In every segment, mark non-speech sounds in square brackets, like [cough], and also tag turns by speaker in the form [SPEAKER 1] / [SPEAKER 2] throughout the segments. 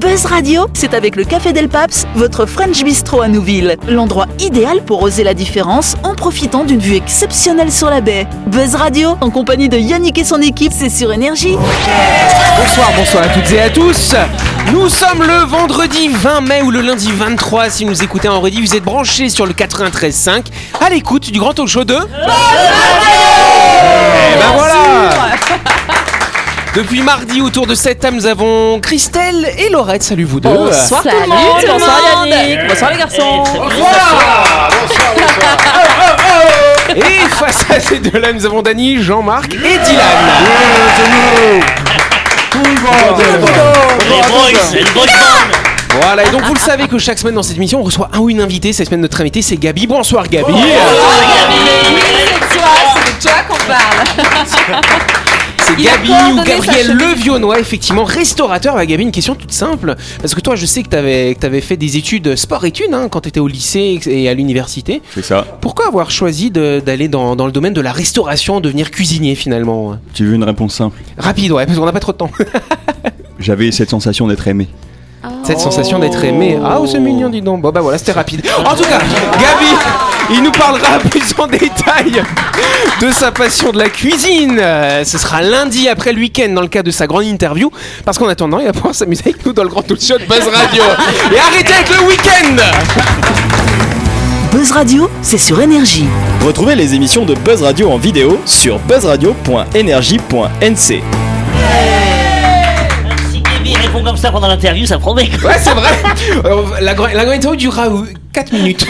[SPEAKER 1] Buzz Radio, c'est avec le Café Del Paps, votre French Bistro à Nouville. L'endroit idéal pour oser la différence en profitant d'une vue exceptionnelle sur la baie. Buzz Radio, en compagnie de Yannick et son équipe, c'est sur Énergie.
[SPEAKER 2] Bonsoir, bonsoir à toutes et à tous. Nous sommes le vendredi 20 mai ou le lundi 23. Si vous nous écoutez en redit, vous êtes branchés sur le 93.5 à l'écoute du grand talk show de. Eh ben voilà Depuis mardi, autour de cette table, nous avons Christelle et Laurette. Salut vous deux.
[SPEAKER 3] Bonsoir tout le monde, Eh, bonsoir Yannick, bonsoir les garçons.
[SPEAKER 2] Et face à ces deux-là, nous avons Dany, Jean-Marc et Dylan.
[SPEAKER 4] Les boys, les boys band.
[SPEAKER 2] Voilà, et donc vous le savez que chaque semaine dans cette émission, on reçoit un ou une invitée. Cette semaine, notre invité, c'est Gabi. Bonsoir Gabi.
[SPEAKER 3] Oui, c'est toi, c'est de toi qu'on parle.
[SPEAKER 2] [laughs] C'est
[SPEAKER 3] Il a
[SPEAKER 2] Gabi ou
[SPEAKER 3] coordonné
[SPEAKER 2] Gabriel
[SPEAKER 3] sa chaîne.
[SPEAKER 2] Le Vionnois, effectivement, restaurateur. Bah, Gabi, une question toute simple. Parce que toi, je sais que t'avais avais fait des études sport-études hein, quand t'étais au lycée et à l'université.
[SPEAKER 5] C'est ça.
[SPEAKER 2] Pourquoi avoir choisi de- d'aller dans, dans le domaine de la restauration, devenir cuisinier finalement
[SPEAKER 5] Tu veux une réponse simple
[SPEAKER 2] Rapide, ouais, parce qu'on n'a pas trop de temps.
[SPEAKER 5] J'avais cette sensation d'être aimé.
[SPEAKER 2] Cette sensation d'être aimé. Ah, oh, c'est mignon, dis donc. Bon, bah voilà, c'était rapide. En tout cas, Gabi, il nous parlera [laughs] plus en détail de sa passion de la cuisine. Euh, Ce sera lundi après le week-end dans le cadre de sa grande interview. Parce qu'en attendant, il va pouvoir s'amuser avec nous dans le grand talk show de Buzz Radio. Et arrêtez avec le week-end
[SPEAKER 1] Buzz Radio, c'est sur Énergie.
[SPEAKER 6] Retrouvez les émissions de Buzz Radio en vidéo sur buzzradio.energie.nc.
[SPEAKER 4] Si Gaby répond comme ça pendant l'interview, ça promet. quoi.
[SPEAKER 2] Ouais, c'est vrai. Alors, la, grande la grande interview durera 4 minutes.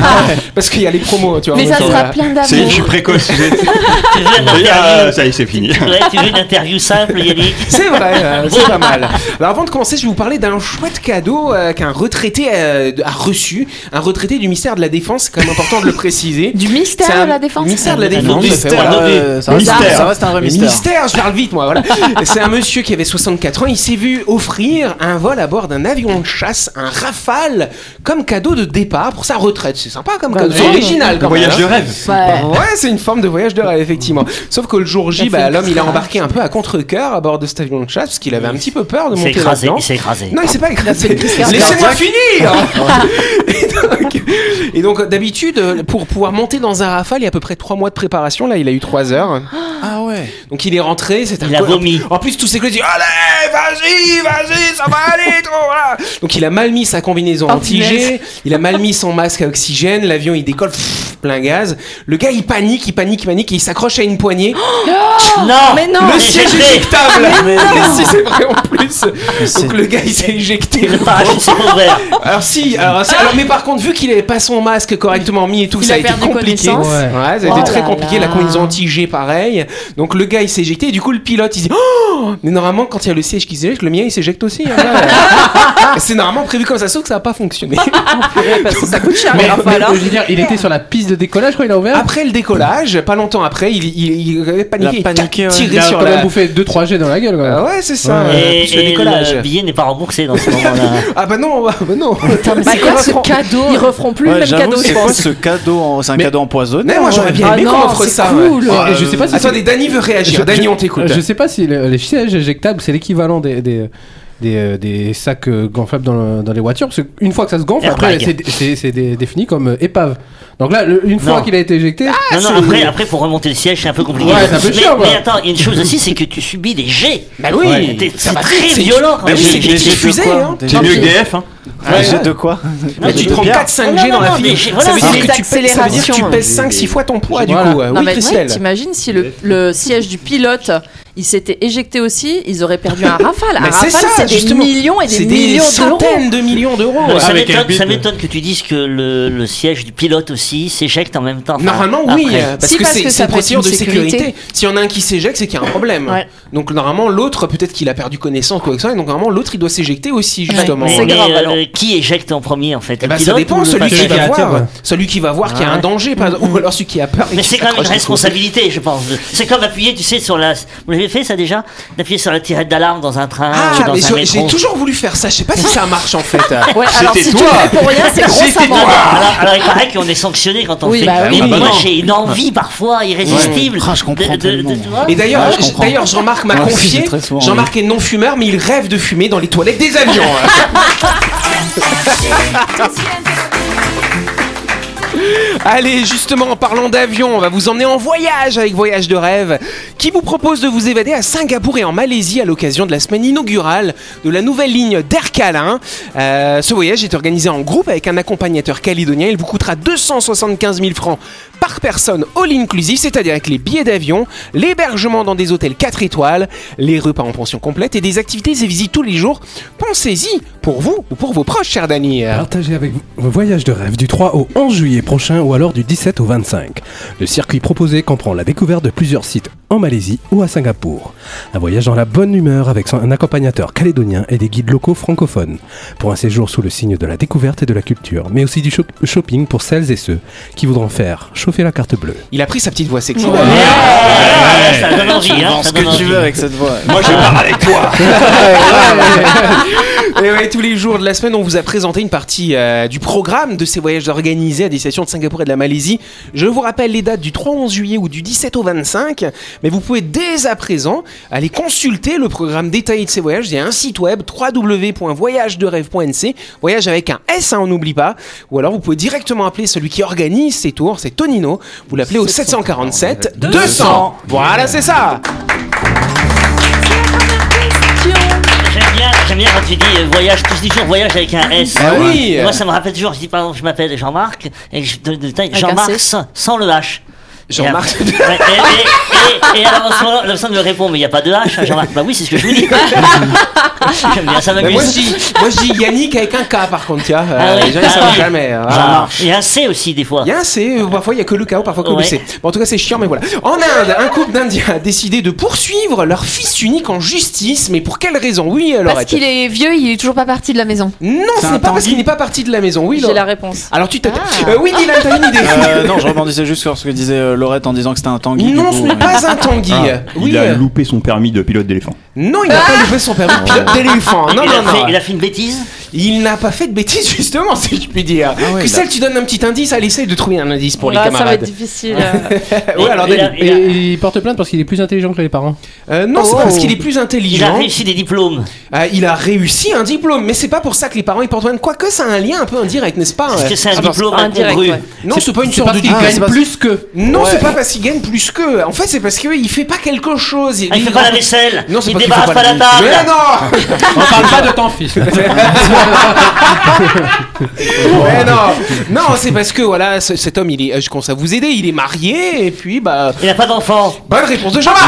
[SPEAKER 2] [laughs] Parce qu'il y a les promos, tu vois.
[SPEAKER 3] Mais
[SPEAKER 2] en
[SPEAKER 3] ça
[SPEAKER 2] même temps,
[SPEAKER 3] sera
[SPEAKER 2] là.
[SPEAKER 3] plein
[SPEAKER 6] Ah
[SPEAKER 5] C'est, je suis
[SPEAKER 3] d'amour.
[SPEAKER 5] précoce.
[SPEAKER 6] [laughs]
[SPEAKER 5] j'ai-
[SPEAKER 4] Tu veux
[SPEAKER 5] [laughs]
[SPEAKER 4] une
[SPEAKER 5] Et, ah,
[SPEAKER 4] interview
[SPEAKER 5] ça y est, c'est fini.
[SPEAKER 4] Ouais, tu veux une interview simple, Yannick
[SPEAKER 2] C'est vrai, euh, c'est pas mal. Alors avant de commencer, je vais vous parler d'un chouette cadeau euh, qu'un retraité euh, a reçu. Un retraité du ministère de la Défense, c'est quand même important de le
[SPEAKER 3] [laughs]
[SPEAKER 2] préciser.
[SPEAKER 3] Du mystère
[SPEAKER 2] C'est un
[SPEAKER 3] de la défense.
[SPEAKER 2] Ministère de la
[SPEAKER 4] Ah, non,
[SPEAKER 2] Défense.
[SPEAKER 4] mais
[SPEAKER 2] ça fait, voilà.
[SPEAKER 4] euh,
[SPEAKER 6] ça reste- Mystère. ça reste un vrai
[SPEAKER 2] Mais
[SPEAKER 6] mystère.
[SPEAKER 2] Mystère, je parle vite moi, voilà. C'est un monsieur qui avait 64 ans, il s'est vu offrir un vol à bord d'un avion de chasse, un Rafale, comme cadeau de départ pour sa retraite. C'est sympa comme cadeau, c'est
[SPEAKER 3] ouais.
[SPEAKER 2] original quand même.
[SPEAKER 5] Voyage
[SPEAKER 2] hein.
[SPEAKER 5] de rêve.
[SPEAKER 3] Ouais.
[SPEAKER 2] Ouais, c'est une forme de voyage de rêve, effectivement. Sauf que le jour J,
[SPEAKER 3] Il a
[SPEAKER 2] bah,
[SPEAKER 3] fait
[SPEAKER 2] l'homme, il a
[SPEAKER 3] une
[SPEAKER 2] embarqué un peu à contre-coeur à bord de cet avion de chasse, parce qu'il avait un petit peu peur de
[SPEAKER 4] Il s'est
[SPEAKER 2] monter
[SPEAKER 4] écrasé,
[SPEAKER 2] là-dedans.
[SPEAKER 4] il s'est écrasé.
[SPEAKER 2] Non, il s'est pas écrasé. Laissez-moi finir [laughs] Et donc- Et donc, d'habitude, euh, pour pouvoir monter dans un rafale, il y a à peu près trois mois de préparation. Là, il a eu trois heures.
[SPEAKER 6] Ah ouais.
[SPEAKER 2] Donc, il est rentré. c'était un
[SPEAKER 4] Il a
[SPEAKER 2] peu-
[SPEAKER 4] vomi.
[SPEAKER 2] En plus, tous ses collègues disent Allez, vas-y, vas-y, ça va aller, trop, voilà. Donc, il a mal mis sa combinaison
[SPEAKER 3] Oh,
[SPEAKER 2] anti-G, il a mal mis son masque à oxygène, l'avion il décolle, pff, plein gaz. Le gars il panique, il panique, il panique, et il s'accroche à une poignée.
[SPEAKER 4] Non
[SPEAKER 3] Mais non.
[SPEAKER 2] le
[SPEAKER 4] mais
[SPEAKER 2] siège
[SPEAKER 4] j'ai
[SPEAKER 2] Oh est
[SPEAKER 4] fait.
[SPEAKER 2] éjectable Mais si, [laughs] c'est vrai en plus Donc, le gars il s'est éjecté.
[SPEAKER 4] Le parachute s'est ouvert.
[SPEAKER 2] Alors si, alors, c'est- alors, mais par contre vu qu'il avait pas son masque correctement mis et tout,
[SPEAKER 3] Il
[SPEAKER 2] ça a,
[SPEAKER 3] a
[SPEAKER 2] été
[SPEAKER 3] perdu
[SPEAKER 2] compliqué. Ouais,
[SPEAKER 3] connaissance.
[SPEAKER 2] ça a été
[SPEAKER 3] Oh
[SPEAKER 2] très
[SPEAKER 3] là
[SPEAKER 2] compliqué. La
[SPEAKER 3] là.
[SPEAKER 2] combinaison anti-G pareil. Donc le gars il s'est éjecté et du coup le pilote il dit oh mais normalement quand il y a le siège qui s'éjecte, le mien il s'éjecte aussi. hein,
[SPEAKER 3] [laughs]
[SPEAKER 2] là. c'est normalement prévu comme ça sauf que ça a pas fonctionné.
[SPEAKER 3] Ça coûte
[SPEAKER 2] Ah,
[SPEAKER 3] cher, les rafales.
[SPEAKER 7] je veux dire, il était sur la piste de décollage quand il a ouvert.
[SPEAKER 2] Après le décollage, pas longtemps après, il, il, il avait paniqué, il a tiré
[SPEAKER 7] il a
[SPEAKER 2] sur
[SPEAKER 7] quand
[SPEAKER 2] la.
[SPEAKER 7] même bouffé 2-3 G dans la gueule. Quand même.
[SPEAKER 2] Ah ouais c'est ça. [laughs]
[SPEAKER 7] Ouais.
[SPEAKER 2] euh,
[SPEAKER 4] Et,
[SPEAKER 2] plus le
[SPEAKER 4] et
[SPEAKER 2] décollage.
[SPEAKER 4] le billet n'est pas remboursé dans
[SPEAKER 2] [laughs]
[SPEAKER 4] ce moment-là.
[SPEAKER 2] Ah bah non, ah bah non.
[SPEAKER 3] C'est quoi ce cadeau Ils referont plus le même cadeau, je
[SPEAKER 8] c'est quoi
[SPEAKER 3] pense.
[SPEAKER 8] ce cadeau en- C'est un
[SPEAKER 7] Mais-
[SPEAKER 8] cadeau empoisonné
[SPEAKER 2] Mais moi j'aurais bien aimé
[SPEAKER 3] Ah
[SPEAKER 2] qu'on
[SPEAKER 3] non,
[SPEAKER 2] offre
[SPEAKER 3] c'est
[SPEAKER 2] ça.
[SPEAKER 3] cool.
[SPEAKER 2] ouais.
[SPEAKER 7] Et je sais pas si
[SPEAKER 2] Attendez, Dany veut réagir. Dany, on t'écoute.
[SPEAKER 7] Je sais pas si le- les sièges éjectables, c'est l'équivalent des, des, des, euh, des sacs euh, gonflables dans, le- dans les voitures. Parce qu'une fois que ça se gonfle, après,
[SPEAKER 4] Airbag.
[SPEAKER 7] c'est- c'est c'est dé- défini comme euh, épave. Donc là, le- une fois
[SPEAKER 4] Non.
[SPEAKER 7] qu'il a été éjecté.
[SPEAKER 2] Ah,
[SPEAKER 4] Non,
[SPEAKER 7] c'est-
[SPEAKER 4] non, après, après, pour remonter le siège, c'est un peu compliqué.
[SPEAKER 7] Ouais, c'est un peu
[SPEAKER 4] mais,
[SPEAKER 7] chiant, quoi.
[SPEAKER 4] mais attends, il y a une chose aussi, c'est que tu subis des jets.
[SPEAKER 2] Bah oui,
[SPEAKER 4] Ouais. T'es-
[SPEAKER 2] ça
[SPEAKER 4] c'est
[SPEAKER 2] va
[SPEAKER 4] très
[SPEAKER 2] vite, c'est-
[SPEAKER 4] violent.
[SPEAKER 2] Bah oui,
[SPEAKER 4] Mais
[SPEAKER 2] c'est
[SPEAKER 4] j'ai-
[SPEAKER 2] des
[SPEAKER 4] j'ai
[SPEAKER 2] fusées, hein.
[SPEAKER 8] C'est mieux que DF, hein
[SPEAKER 2] Ouais.
[SPEAKER 8] Un jet de quoi
[SPEAKER 4] Non,
[SPEAKER 2] Mais tu te prends 4-5 G
[SPEAKER 4] Non,
[SPEAKER 2] dans
[SPEAKER 4] non,
[SPEAKER 2] la
[SPEAKER 4] non, mais
[SPEAKER 2] file.
[SPEAKER 4] j'ai-
[SPEAKER 2] Ça
[SPEAKER 4] voilà,
[SPEAKER 2] veut
[SPEAKER 4] c'est
[SPEAKER 2] dire que tu pèses- ça veut dire que tu
[SPEAKER 3] l'accélération.
[SPEAKER 2] pèses 5-6 fois ton poids du
[SPEAKER 7] Voilà.
[SPEAKER 2] coup. euh,
[SPEAKER 3] Non,
[SPEAKER 2] Oui,
[SPEAKER 3] mais ouais,
[SPEAKER 2] Christelle.
[SPEAKER 3] t'imagines si le, le siège du pilote il s'était éjecté aussi, ils auraient perdu un rafale. Un
[SPEAKER 2] Mais c'est
[SPEAKER 3] rafale,
[SPEAKER 2] ça,
[SPEAKER 3] c'est des
[SPEAKER 2] justement.
[SPEAKER 3] millions et des
[SPEAKER 2] C'est des
[SPEAKER 3] millions d'euros.
[SPEAKER 2] centaines de millions d'euros. euh.
[SPEAKER 4] Non, ça
[SPEAKER 2] Avec-
[SPEAKER 4] m'étonne- ça m'étonne que tu dises que le, le siège du pilote aussi s'éjecte en même temps. Enfin,
[SPEAKER 2] Normalement, oui,
[SPEAKER 4] après.
[SPEAKER 2] euh, parce
[SPEAKER 3] Si,
[SPEAKER 2] que
[SPEAKER 3] parce
[SPEAKER 2] c'est
[SPEAKER 3] que
[SPEAKER 2] c'est
[SPEAKER 3] ça
[SPEAKER 2] une
[SPEAKER 3] peut être
[SPEAKER 2] procédure de
[SPEAKER 3] une
[SPEAKER 2] sécurité.
[SPEAKER 3] sécurité.
[SPEAKER 2] S'il y en a un qui s'éjecte, c'est qu'il y a un problème.
[SPEAKER 3] Ouais.
[SPEAKER 2] Donc, normalement, l'autre, peut-être qu'il a perdu connaissance, quoi que ce soit, et donc, normalement, l'autre, il doit s'éjecter aussi, justement.
[SPEAKER 4] Mais,
[SPEAKER 3] C'est
[SPEAKER 4] mais,
[SPEAKER 3] grave,
[SPEAKER 4] euh,
[SPEAKER 3] alors.
[SPEAKER 4] qui éjecte en premier en fait
[SPEAKER 2] Eh
[SPEAKER 4] le
[SPEAKER 2] ben, ça
[SPEAKER 4] pilote ou
[SPEAKER 2] dépend,
[SPEAKER 4] le
[SPEAKER 2] celui qui,
[SPEAKER 4] passager
[SPEAKER 2] va
[SPEAKER 7] passager
[SPEAKER 2] voir,
[SPEAKER 7] à terre.
[SPEAKER 2] celui qui va voir qu'il y a un
[SPEAKER 4] Ouais.
[SPEAKER 2] danger, par exemple, ou alors celui qui a peur. et
[SPEAKER 4] Mais
[SPEAKER 2] qui
[SPEAKER 4] c'est quand même une
[SPEAKER 2] s'accroche au cou.
[SPEAKER 4] responsabilité, je pense. C'est comme appuyer, tu sais, sur la. Vous l'avez fait ça déjà D'appuyer sur la tirette d'alarme dans un train
[SPEAKER 2] Ah,
[SPEAKER 4] ou dans
[SPEAKER 2] mais
[SPEAKER 4] un
[SPEAKER 2] je-
[SPEAKER 4] métro
[SPEAKER 2] j'ai toujours voulu faire ça. Je sais pas si ça marche en fait.
[SPEAKER 3] Ouais, alors si tu le fais pour rien,
[SPEAKER 2] [laughs]
[SPEAKER 3] c'est grosse
[SPEAKER 4] Non, non,
[SPEAKER 3] amende.
[SPEAKER 4] alors, alors il paraît qu'on est sanctionné quand on
[SPEAKER 3] Oui,
[SPEAKER 4] fait.
[SPEAKER 3] bah oui,
[SPEAKER 4] mais
[SPEAKER 5] oui.
[SPEAKER 4] moi
[SPEAKER 5] Ah bah non.
[SPEAKER 4] j'ai une envie parfois irrésistible.
[SPEAKER 8] Ouais. Ah, je comprends tellement.
[SPEAKER 4] tu vois
[SPEAKER 2] Et d'ailleurs,
[SPEAKER 5] Ah, je
[SPEAKER 2] j-
[SPEAKER 5] comprends.
[SPEAKER 2] d'ailleurs, Jean-Marc m'a
[SPEAKER 5] Ouais, c'est
[SPEAKER 2] confié.
[SPEAKER 5] très souvent,
[SPEAKER 2] Jean-Marc est non fumeur, mais il rêve de fumer dans les toilettes des avions. hein. Allez, justement, en parlant d'avion, on va vous emmener en voyage avec Voyage de rêve, qui vous propose de vous évader à Singapour et en Malaisie à l'occasion de la semaine inaugurale de la nouvelle ligne d'Air Calin. Euh, ce voyage est organisé en groupe avec un accompagnateur calédonien. Il vous coûtera 275 000 francs par personne all inclusive, c'est-à-dire avec les billets d'avion, l'hébergement dans des hôtels 4 étoiles, les repas en pension complète et des activités et visites tous les jours. Pensez-y pour vous ou pour vos proches, cher Dany.
[SPEAKER 7] Partagez avec vous vos voyages de rêve du 3 au 11 juillet prochain ou alors du 17 au 25. Le circuit proposé comprend la découverte de plusieurs sites en Malaisie ou à Singapour. Un voyage dans la bonne humeur avec son- un accompagnateur calédonien et des guides locaux francophones. Pour un séjour sous le signe de la découverte et de la culture, mais aussi du shop- shopping pour celles et ceux qui voudront faire chauffer la carte bleue.
[SPEAKER 2] Il a pris sa petite voix sexy.
[SPEAKER 4] Ouais, Ça donne envie. hein,
[SPEAKER 6] Vends
[SPEAKER 4] ça
[SPEAKER 6] ce
[SPEAKER 4] donne
[SPEAKER 6] que tu
[SPEAKER 4] envie.
[SPEAKER 6] veux avec cette voix.
[SPEAKER 5] [laughs] Moi, je pars avec toi.
[SPEAKER 2] Et Eh ouais, tous les jours de la semaine, on vous a présenté une partie euh, du programme de ces voyages organisés à destination de Singapour et de la Malaisie. Je vous rappelle les dates du 3 au 11 juillet ou du 17 au 25, mais vous pouvez dès à présent aller consulter le programme détaillé de ces voyages. Il y a un site web www.voyagederêve.nc, voyage avec un S, hein, on n'oublie pas. Ou alors vous pouvez directement appeler celui qui organise ces tours, c'est Tonino. Vous l'appelez au 747 200. Voilà, c'est ça.
[SPEAKER 4] J'aime bien, j'aime bien quand tu dis euh, voyage, tous les jours voyage avec un S.
[SPEAKER 2] Ah oui.
[SPEAKER 4] Moi ça me rappelle toujours, je dis par exemple je m'appelle Jean-Marc et je donne le taille
[SPEAKER 3] Avec un
[SPEAKER 4] Jean-Marc
[SPEAKER 3] C.
[SPEAKER 4] sans, sans le H.
[SPEAKER 2] Jean-Marc.
[SPEAKER 4] Et, après- ouais, et, et, et, et alors en ce moment, la personne me répond mais il n'y a pas de H, hein, Jean-Marc. Bah oui, c'est ce que je vous
[SPEAKER 3] [laughs]
[SPEAKER 4] dis. J'aime bien, ça
[SPEAKER 2] Mais moi,
[SPEAKER 4] m'amuse.
[SPEAKER 2] je dis, moi, je dis Yannick avec un K par contre, tiens.
[SPEAKER 4] Ah
[SPEAKER 2] Euh,
[SPEAKER 4] ouais.
[SPEAKER 2] les gens, ils
[SPEAKER 4] Ah
[SPEAKER 2] savent
[SPEAKER 4] ouais.
[SPEAKER 2] jamais. hein.
[SPEAKER 4] Jean-Marc. Il y a un C aussi des fois.
[SPEAKER 2] Il y a un C, euh, parfois il y a que le K, parfois que le
[SPEAKER 4] Ouais.
[SPEAKER 2] C. Bon, en tout cas, c'est chiant, mais voilà. En Inde, un couple d'Indiens a décidé de poursuivre leur fils unique en justice, mais pour quelle raison Oui, alors.
[SPEAKER 9] Parce qu'il est vieux, il est toujours pas parti de la maison.
[SPEAKER 2] Non,
[SPEAKER 6] C'est
[SPEAKER 2] ce
[SPEAKER 6] un
[SPEAKER 2] n'est pas parce
[SPEAKER 6] tanguy
[SPEAKER 2] qu'il n'est pas parti de la maison. Oui,
[SPEAKER 3] J'ai
[SPEAKER 2] Laurette.
[SPEAKER 3] la réponse.
[SPEAKER 2] Alors tu t'attends.
[SPEAKER 9] Ah.
[SPEAKER 2] Euh, oui, Dylan, t'as une idée
[SPEAKER 4] Ah,
[SPEAKER 5] [laughs]
[SPEAKER 6] Euh, non, je rebondissais juste sur ce que disait euh, Laurette en disant que c'était un tanguy. du
[SPEAKER 2] Non,
[SPEAKER 6] coup,
[SPEAKER 2] ce n'est
[SPEAKER 6] ouais.
[SPEAKER 2] pas
[SPEAKER 4] Ah.
[SPEAKER 2] un tanguy. oui,
[SPEAKER 5] il a
[SPEAKER 2] euh,
[SPEAKER 5] loupé son permis de pilote d'éléphant.
[SPEAKER 2] non, il n'a
[SPEAKER 3] Ah.
[SPEAKER 2] pas loupé son permis de pilote d'éléphant. Non,
[SPEAKER 4] Ah. il,
[SPEAKER 2] non,
[SPEAKER 4] a fait, il
[SPEAKER 2] non.
[SPEAKER 4] a fait une bêtise.
[SPEAKER 2] Il n'a pas fait de bêtises, justement, si je puis dire.
[SPEAKER 4] Ah
[SPEAKER 6] ouais,
[SPEAKER 2] Christelle, tu donnes un petit indice. Allez, essaye de trouver un indice pour les
[SPEAKER 3] Ah, ça va être
[SPEAKER 2] camarades.
[SPEAKER 3] difficile. euh.
[SPEAKER 2] Eh, Ouais, [laughs] alors,
[SPEAKER 4] il,
[SPEAKER 2] Dany.
[SPEAKER 4] a, il a-
[SPEAKER 7] il porte plainte parce qu'il est plus intelligent que les [laughs] parents.
[SPEAKER 2] Euh, non, c'est
[SPEAKER 3] Oh.
[SPEAKER 2] parce qu'il est plus
[SPEAKER 4] il a
[SPEAKER 2] intelligent.
[SPEAKER 4] réussi des diplômes.
[SPEAKER 2] Euh, il a réussi un diplôme, mais c'est pas pour ça que les parents ils portent plainte. Quoique ça a un lien un peu indirect, n'est-ce pas euh,
[SPEAKER 4] Parce que c'est un
[SPEAKER 3] Ah, parce-
[SPEAKER 4] diplôme
[SPEAKER 3] indirect,
[SPEAKER 4] incongru.
[SPEAKER 3] ouais.
[SPEAKER 2] Non, c'est pas une
[SPEAKER 7] C'est
[SPEAKER 2] sorte
[SPEAKER 7] parce
[SPEAKER 2] de
[SPEAKER 7] qu'il
[SPEAKER 6] Ah,
[SPEAKER 7] gagne
[SPEAKER 6] c'est parce-
[SPEAKER 7] plus que.
[SPEAKER 2] Non,
[SPEAKER 6] Ouais.
[SPEAKER 2] c'est pas parce qu'il gagne plus qu'eux. En fait, c'est parce qu'il fait pas quelque chose.
[SPEAKER 4] Ah, il fait pas la vaisselle.
[SPEAKER 2] Non, c'est
[SPEAKER 4] il
[SPEAKER 2] pas qu'il
[SPEAKER 4] débarrasse
[SPEAKER 2] fait
[SPEAKER 4] pas la table.
[SPEAKER 2] Mais non
[SPEAKER 7] On parle pas de ton fils.
[SPEAKER 2] Mais non [laughs] Non, c'est parce que voilà, ce- cet homme, il est, euh, je commence à vous aider, il est marié, et puis bah.
[SPEAKER 4] Il n'a pas d'enfant.
[SPEAKER 2] Bonne réponse de Jean-Marc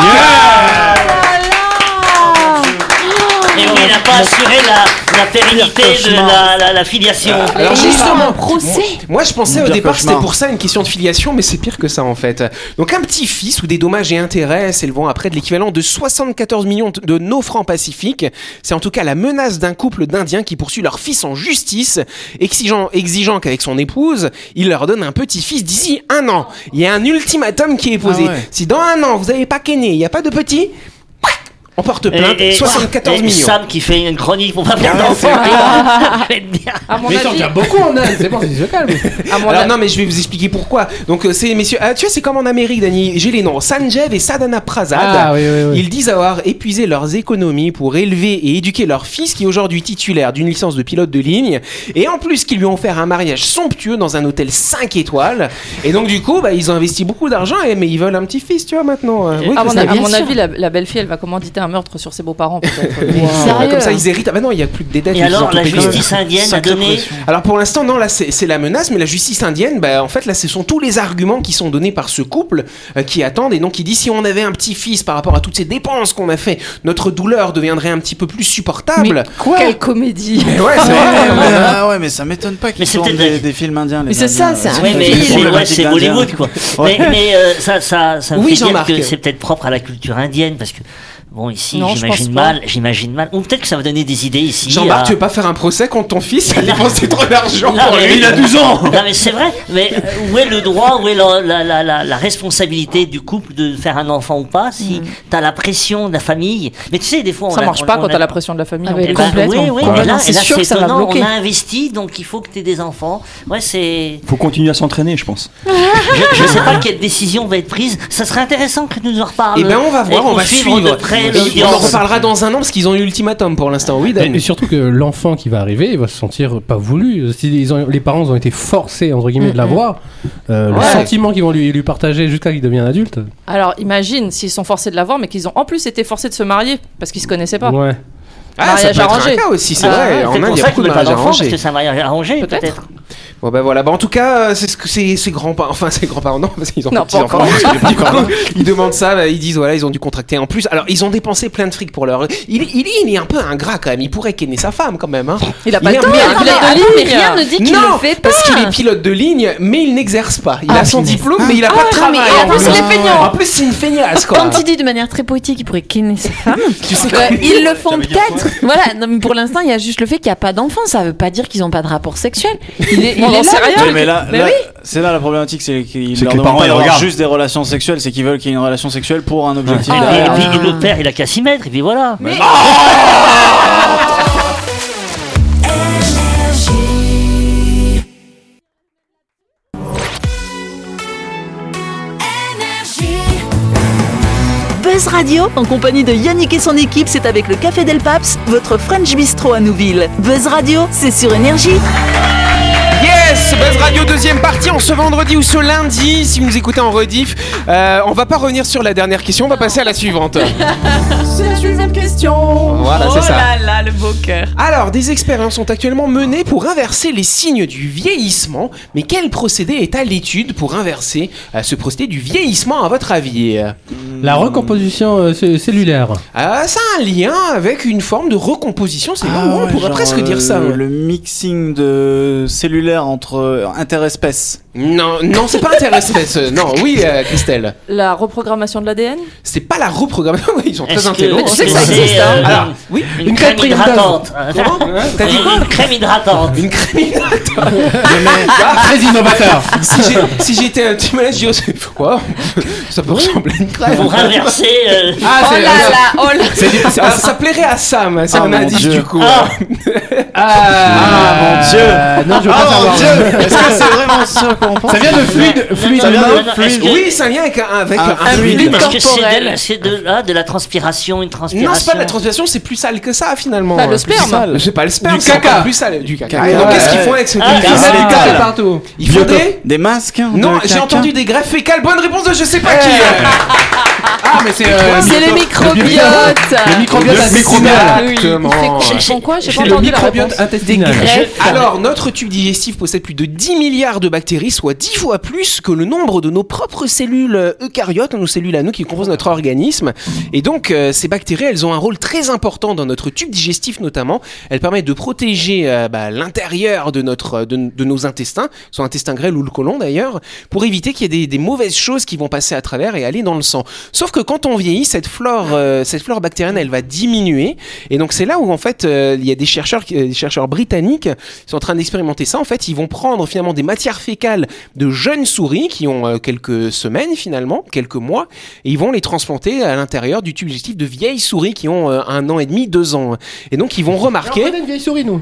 [SPEAKER 4] Et oui, il n'a pas assuré la, la pérennité de la, la, la filiation.
[SPEAKER 2] Alors justement,
[SPEAKER 9] procès.
[SPEAKER 2] Moi, je pensais au
[SPEAKER 6] Pire
[SPEAKER 2] départ que c'était
[SPEAKER 6] cauchemar.
[SPEAKER 2] pour ça une question de filiation, mais c'est pire que ça en fait. Donc, un petit fils ou des dommages et intérêts s'élevant à près de l'équivalent de 74 millions de nos francs pacifiques. C'est en tout cas la menace d'un couple d'Indiens qui poursuit leur fils en justice, exigeant, exigeant qu'avec son épouse, il leur donne un petit fils d'ici un an. Il y a un ultimatum qui est posé.
[SPEAKER 6] Ah ouais.
[SPEAKER 2] Si dans un an vous n'avez pas qu'aîné, il n'y a pas de petit, on porte plainte. 74
[SPEAKER 4] et
[SPEAKER 2] millions. Ah,
[SPEAKER 4] Sam qui fait une chronique pour pas perdre d'enfant. [laughs] Ça va être bien.
[SPEAKER 3] À mon
[SPEAKER 7] Mais il y
[SPEAKER 3] avis,
[SPEAKER 7] a beaucoup en Inde, c'est bon, c'est [laughs] se calme.
[SPEAKER 3] à mon
[SPEAKER 2] Alors
[SPEAKER 3] avis-
[SPEAKER 2] non mais je vais vous expliquer pourquoi. Donc euh, ces messieurs, ah, tu vois c'est comme en Amérique Dani, j'ai les noms Sanjeev et Sadhana Prasad.
[SPEAKER 7] Ah, oui, oui, oui.
[SPEAKER 2] Ils disent avoir épuisé leurs économies pour élever et éduquer leur fils qui est aujourd'hui titulaire d'une licence de pilote de ligne et en plus qu'ils lui ont offert un mariage somptueux dans un hôtel 5 étoiles et donc du coup bah, ils ont investi beaucoup d'argent et mais ils veulent un petit fils tu vois maintenant. Euh, oui,
[SPEAKER 3] à mon,
[SPEAKER 2] Christelle.
[SPEAKER 3] à mon avis, la, la belle-fille, elle va commanditer un meurtre sur ses beaux-parents, peut-être.
[SPEAKER 2] Ah,
[SPEAKER 9] Sérieux
[SPEAKER 2] comme ça ils héritent. Ah bah non il y a plus que des dettes.
[SPEAKER 4] Et
[SPEAKER 2] ils se sont
[SPEAKER 4] alors, la
[SPEAKER 2] tout payés.
[SPEAKER 4] justice indienne a
[SPEAKER 6] Sacrée
[SPEAKER 4] donné.
[SPEAKER 6] pression.
[SPEAKER 2] Alors pour l'instant, non, là c'est c'est la menace, mais la justice indienne, bah, en fait, là ce sont tous les arguments qui sont donnés par ce couple euh, qui attendent et donc qui dit si on avait un petit-fils par rapport à toutes ces dépenses qu'on a fait, notre douleur deviendrait un petit peu plus supportable.
[SPEAKER 3] Quoi Quelle comédie
[SPEAKER 2] Mais ouais, c'est
[SPEAKER 6] Ouais,
[SPEAKER 2] vrai.
[SPEAKER 6] ouais, ah ouais, mais ça m'étonne pas
[SPEAKER 4] Mais
[SPEAKER 6] qu'ils
[SPEAKER 4] c'est
[SPEAKER 6] tournent
[SPEAKER 4] peut-être
[SPEAKER 6] des,
[SPEAKER 4] la-
[SPEAKER 6] des films indiens. les
[SPEAKER 9] Mais c'est
[SPEAKER 6] Indiens,
[SPEAKER 9] ça, c'est
[SPEAKER 6] euh,
[SPEAKER 9] un-
[SPEAKER 4] Oui, mais
[SPEAKER 6] les
[SPEAKER 4] c'est ouais,
[SPEAKER 6] problématiques
[SPEAKER 4] c'est
[SPEAKER 6] d'Indiens.
[SPEAKER 4] Bollywood, quoi.
[SPEAKER 6] Ouais.
[SPEAKER 4] Mais, mais, euh, ça, ça, ça me
[SPEAKER 2] Oui,
[SPEAKER 4] fait dire
[SPEAKER 2] Jean-Marc.
[SPEAKER 4] que c'est peut-être propre à la culture indienne, parce que, bon, ici.
[SPEAKER 9] Non, je
[SPEAKER 4] J'imagine
[SPEAKER 9] pense pas.
[SPEAKER 4] mal. J'imagine mal. Ou peut-être que ça va donner des idées ici.
[SPEAKER 2] Jean-Marc,
[SPEAKER 4] à-
[SPEAKER 2] tu veux pas faire un procès contre ton fils
[SPEAKER 4] Bah,
[SPEAKER 2] Il a dépensé trop d'argent
[SPEAKER 4] Non,
[SPEAKER 2] pour
[SPEAKER 4] mais-
[SPEAKER 2] lui, il a 12 ans
[SPEAKER 4] Non mais c'est vrai, mais euh, où est le droit, où est la, la- la- la- la responsabilité du couple de faire un enfant ou pas si t'as la pression de la famille Mais tu sais, des fois on
[SPEAKER 3] Mm. Ça
[SPEAKER 4] a-
[SPEAKER 3] marche
[SPEAKER 4] on-
[SPEAKER 3] pas
[SPEAKER 4] on
[SPEAKER 3] quand
[SPEAKER 4] a-
[SPEAKER 3] t'as la pression de la famille.
[SPEAKER 9] Ah
[SPEAKER 3] en
[SPEAKER 9] oui,
[SPEAKER 4] Eh
[SPEAKER 3] fait.
[SPEAKER 4] ben,
[SPEAKER 9] complètement.
[SPEAKER 4] oui, oui,
[SPEAKER 9] Ouais.
[SPEAKER 4] et là,
[SPEAKER 9] Non, c'est
[SPEAKER 4] et là,
[SPEAKER 9] sûr que ça va
[SPEAKER 4] étonnant,
[SPEAKER 9] bloquer.
[SPEAKER 4] On a investi, donc il faut que t'aies des enfants. Ouais, c'est.
[SPEAKER 5] Faut continuer à s'entraîner, je pense.
[SPEAKER 4] [laughs] Je sais pas quelle décision va être prise. Ça serait intéressant que tu nous en reparles.
[SPEAKER 2] Eh ben on va voir,
[SPEAKER 4] Et
[SPEAKER 2] on
[SPEAKER 4] qu'on
[SPEAKER 2] va
[SPEAKER 4] suive
[SPEAKER 2] suivre.
[SPEAKER 4] de près
[SPEAKER 2] Et on en
[SPEAKER 4] l'audience.
[SPEAKER 2] reparlera dans un an parce qu'ils ont eu l'ultimatum pour l'instant. Oui, Dan
[SPEAKER 7] Et surtout que l'enfant qui va arriver, il va se sentir pas voulu. Si ils ont- les parents ont été forcés, entre guillemets, de l'avoir, euh, le
[SPEAKER 2] Ouais.
[SPEAKER 7] sentiment qu'ils vont lui, lui partager jusqu'à qu'il devienne adulte.
[SPEAKER 3] Alors imagine s'ils sont forcés de l'avoir, mais qu'ils ont en plus été forcés de se marier parce qu'ils se connaissaient pas.
[SPEAKER 7] Ouais.
[SPEAKER 2] Ah, ça
[SPEAKER 3] Mariage
[SPEAKER 2] peut être un
[SPEAKER 3] arrangé.
[SPEAKER 2] cas aussi, c'est
[SPEAKER 4] Ah,
[SPEAKER 2] vrai.
[SPEAKER 4] ouais,
[SPEAKER 2] en Inde,
[SPEAKER 4] c'est pour
[SPEAKER 2] il y a
[SPEAKER 4] ça
[SPEAKER 2] beaucoup de
[SPEAKER 4] qu'on met pas
[SPEAKER 2] mariages
[SPEAKER 4] d'enfants, parce
[SPEAKER 2] arrangés.
[SPEAKER 4] que c'est un mariage arrangé,
[SPEAKER 3] Peut-être.
[SPEAKER 4] peut-être.
[SPEAKER 2] Bon ben voilà, bah, en tout cas, euh, c'est ce que c'est ses grands-parents, [laughs] enfin ses grands-parents non, parce qu'ils ont
[SPEAKER 3] Non,
[SPEAKER 2] pas
[SPEAKER 3] pas
[SPEAKER 2] enfants. Du coup,
[SPEAKER 9] [laughs]
[SPEAKER 2] ils demandent ça, bah, ils disent voilà, ils ont dû contracter en plus. Alors ils ont dépensé plein de fric pour leur. Il, il, il est un peu ingrat quand même. Il pourrait qu'aimer sa femme quand même. Hein.
[SPEAKER 3] Il a pas
[SPEAKER 2] Il
[SPEAKER 3] le
[SPEAKER 2] est un
[SPEAKER 3] temps. il a
[SPEAKER 2] peu
[SPEAKER 3] un
[SPEAKER 9] Mais
[SPEAKER 3] pilote de
[SPEAKER 9] attends, mais
[SPEAKER 3] ligne.
[SPEAKER 9] rien ne dit qu'il
[SPEAKER 2] non,
[SPEAKER 9] le fait pas. Ah,
[SPEAKER 2] parce qu'il est pilote de ligne, mais il n'exerce pas. Il a son diplôme, mais il a pas de travail.
[SPEAKER 9] mais- et en plus, il est feignant.
[SPEAKER 2] En plus, c'est une feignasse quoi.
[SPEAKER 9] Quand il dit de manière très poétique qu'il pourrait kenner sa [laughs] femme,
[SPEAKER 2] Tu sais
[SPEAKER 9] euh,
[SPEAKER 2] quoi
[SPEAKER 9] ils le font peut-être. Voilà, non, mais pour l'instant, il y a juste le fait qu'il n'y a pas d'enfant. Ça veut pas dire qu'ils n'ont pas de rapport sexuel. Il est, il
[SPEAKER 3] On
[SPEAKER 9] est
[SPEAKER 3] n'en sait
[SPEAKER 9] là.
[SPEAKER 3] rien.
[SPEAKER 6] mais là,
[SPEAKER 3] Ah, Mais
[SPEAKER 6] là- c'est là la problématique, c'est qu'ils
[SPEAKER 5] C'est
[SPEAKER 6] leur
[SPEAKER 5] que les
[SPEAKER 6] demandent
[SPEAKER 5] parents,
[SPEAKER 6] pas
[SPEAKER 5] ils
[SPEAKER 6] d'avoir
[SPEAKER 5] regardent.
[SPEAKER 6] juste des relations sexuelles, c'est qu'ils veulent qu'il y ait une relation sexuelle pour un objectif.
[SPEAKER 4] Et, puis-
[SPEAKER 9] là
[SPEAKER 4] et
[SPEAKER 9] là.
[SPEAKER 4] puis et le père, il a qu'à s'y mettre, et puis voilà.
[SPEAKER 1] Buzz Radio, en compagnie de Yannick et son équipe, c'est avec le Café Del Paps, votre French Bistro à Nouville. Buzz Radio, c'est sur Énergie.
[SPEAKER 2] Yes, Buzz Radio deuxième partie en ce vendredi ou ce lundi, si vous nous écoutez en rediff, euh, on va pas revenir sur la dernière question, on va passer à la suivante. Voilà,
[SPEAKER 6] Oh
[SPEAKER 2] c'est ça.
[SPEAKER 3] là, le beau cœur.
[SPEAKER 2] Alors, des expériences sont actuellement menées pour inverser les signes du vieillissement, mais quel procédé est à l'étude pour inverser euh, ce procédé du vieillissement à votre avis
[SPEAKER 7] La recomposition euh, ce- cellulaire.
[SPEAKER 2] Euh, Ça a un lien avec une forme de recomposition, c'est
[SPEAKER 6] Ah
[SPEAKER 2] marrant, on
[SPEAKER 6] ouais,
[SPEAKER 2] pourrait
[SPEAKER 6] genre,
[SPEAKER 2] presque
[SPEAKER 6] euh,
[SPEAKER 2] dire ça.
[SPEAKER 6] Le,
[SPEAKER 2] ouais.
[SPEAKER 6] le mixing de cellulaires entre euh, interespèces.
[SPEAKER 2] Non, non, c'est pas interespèce. euh, non, oui, euh, Christelle.
[SPEAKER 3] La reprogrammation de l'ADN
[SPEAKER 2] C'est pas la reprogrammation, [laughs] ils sont très
[SPEAKER 4] Est-ce que-
[SPEAKER 2] intelligents.
[SPEAKER 4] Mais tu sais
[SPEAKER 3] que ça existe, hein.
[SPEAKER 2] Alors, oui,
[SPEAKER 4] Une,
[SPEAKER 2] une
[SPEAKER 4] crème
[SPEAKER 2] crêpe hydratante.
[SPEAKER 4] hydratante.
[SPEAKER 2] Comment T'as dit quoi
[SPEAKER 4] [laughs] Une crème hydratante.
[SPEAKER 2] Une [laughs] crème hydratante.
[SPEAKER 7] Très innovateur.
[SPEAKER 2] Si j'ai- Si j'étais un petit malade, je dirais, c'est quoi Ça peut ressembler à une crème.
[SPEAKER 4] Pour inverser. euh,
[SPEAKER 2] Ah,
[SPEAKER 9] Oh
[SPEAKER 2] c'est-
[SPEAKER 9] là là, oh là.
[SPEAKER 2] C'est- ça, ça plairait à Sam, c'est
[SPEAKER 6] Ah,
[SPEAKER 2] un
[SPEAKER 6] mon
[SPEAKER 2] indice
[SPEAKER 6] Dieu.
[SPEAKER 2] du coup. Euh,
[SPEAKER 4] Ah.
[SPEAKER 7] Ah,
[SPEAKER 6] mon Dieu.
[SPEAKER 7] Non, je veux pas savoir.
[SPEAKER 6] Est-ce que c'est vraiment ça qu'on pense
[SPEAKER 7] Ça vient de fluide, fluide
[SPEAKER 4] Ça vient de-
[SPEAKER 7] humain.
[SPEAKER 4] ah, non, est-ce que-
[SPEAKER 2] Oui, c'est un lien avec un, avec
[SPEAKER 6] Ah,
[SPEAKER 2] un- un
[SPEAKER 6] fluide.
[SPEAKER 2] fluide.
[SPEAKER 4] Est-ce que c'est de,
[SPEAKER 3] corporel.
[SPEAKER 4] la- c'est de, ah, de la transpiration, une transpiration
[SPEAKER 2] Non, c'est pas de la transpiration, c'est plus sale que ça finalement.
[SPEAKER 3] Bah, le
[SPEAKER 2] Plus
[SPEAKER 3] sperme.
[SPEAKER 2] sale. C'est pas le sperme,
[SPEAKER 6] Du
[SPEAKER 2] c'est
[SPEAKER 6] caca.
[SPEAKER 2] encore plus sale. Du caca.
[SPEAKER 6] Caca,
[SPEAKER 2] Et donc
[SPEAKER 6] ouais.
[SPEAKER 2] qu'est-ce qu'ils font avec ce
[SPEAKER 4] Ah,
[SPEAKER 2] truc
[SPEAKER 4] caca.
[SPEAKER 2] sale
[SPEAKER 6] Ah.
[SPEAKER 2] partout Ils font des.
[SPEAKER 6] Des masques hein,
[SPEAKER 2] Non,
[SPEAKER 6] de
[SPEAKER 2] j'ai
[SPEAKER 6] caca.
[SPEAKER 2] entendu des greffes fécales. Bonne réponse de je sais pas qui.
[SPEAKER 7] Ah, mais c'est. euh,
[SPEAKER 3] C'est les
[SPEAKER 7] le
[SPEAKER 3] microbiotes.
[SPEAKER 7] microbiote intestinal.
[SPEAKER 2] Exactement.
[SPEAKER 3] Ils font quoi J'ai pas
[SPEAKER 7] C'est le
[SPEAKER 3] entendu la réponse.
[SPEAKER 7] microbiote intestinal.
[SPEAKER 2] Alors, notre tube digestif possède plus de 10 milliards de bactéries, soit 10 fois plus que le nombre de nos propres cellules euh, eucaryotes, nos cellules à nous qui composent notre organisme. Et donc, euh, ces bactéries, elles ont un rôle très important dans notre tube digestif notamment. Elles permettent de protéger euh, bah, l'intérieur de, notre, euh, de, de nos intestins, soit intestin grêle ou le côlon d'ailleurs, pour éviter qu'il y ait des, des mauvaises choses qui vont passer à travers et aller dans le sang. Sauf que quand on vieillit, cette flore, euh, cette flore bactérienne, elle va diminuer. Et donc c'est là où en fait euh, il y a des chercheurs, qui- euh, des chercheurs britanniques qui sont en train d'expérimenter ça. En fait, ils vont prendre finalement des matières fécales de jeunes souris qui ont euh, quelques semaines finalement, quelques mois, et ils vont les transplanter à l'intérieur du tube digestif de vieilles souris qui ont euh, un an et demi, deux ans. Et donc ils vont remarquer.
[SPEAKER 7] une vieille souris, nous.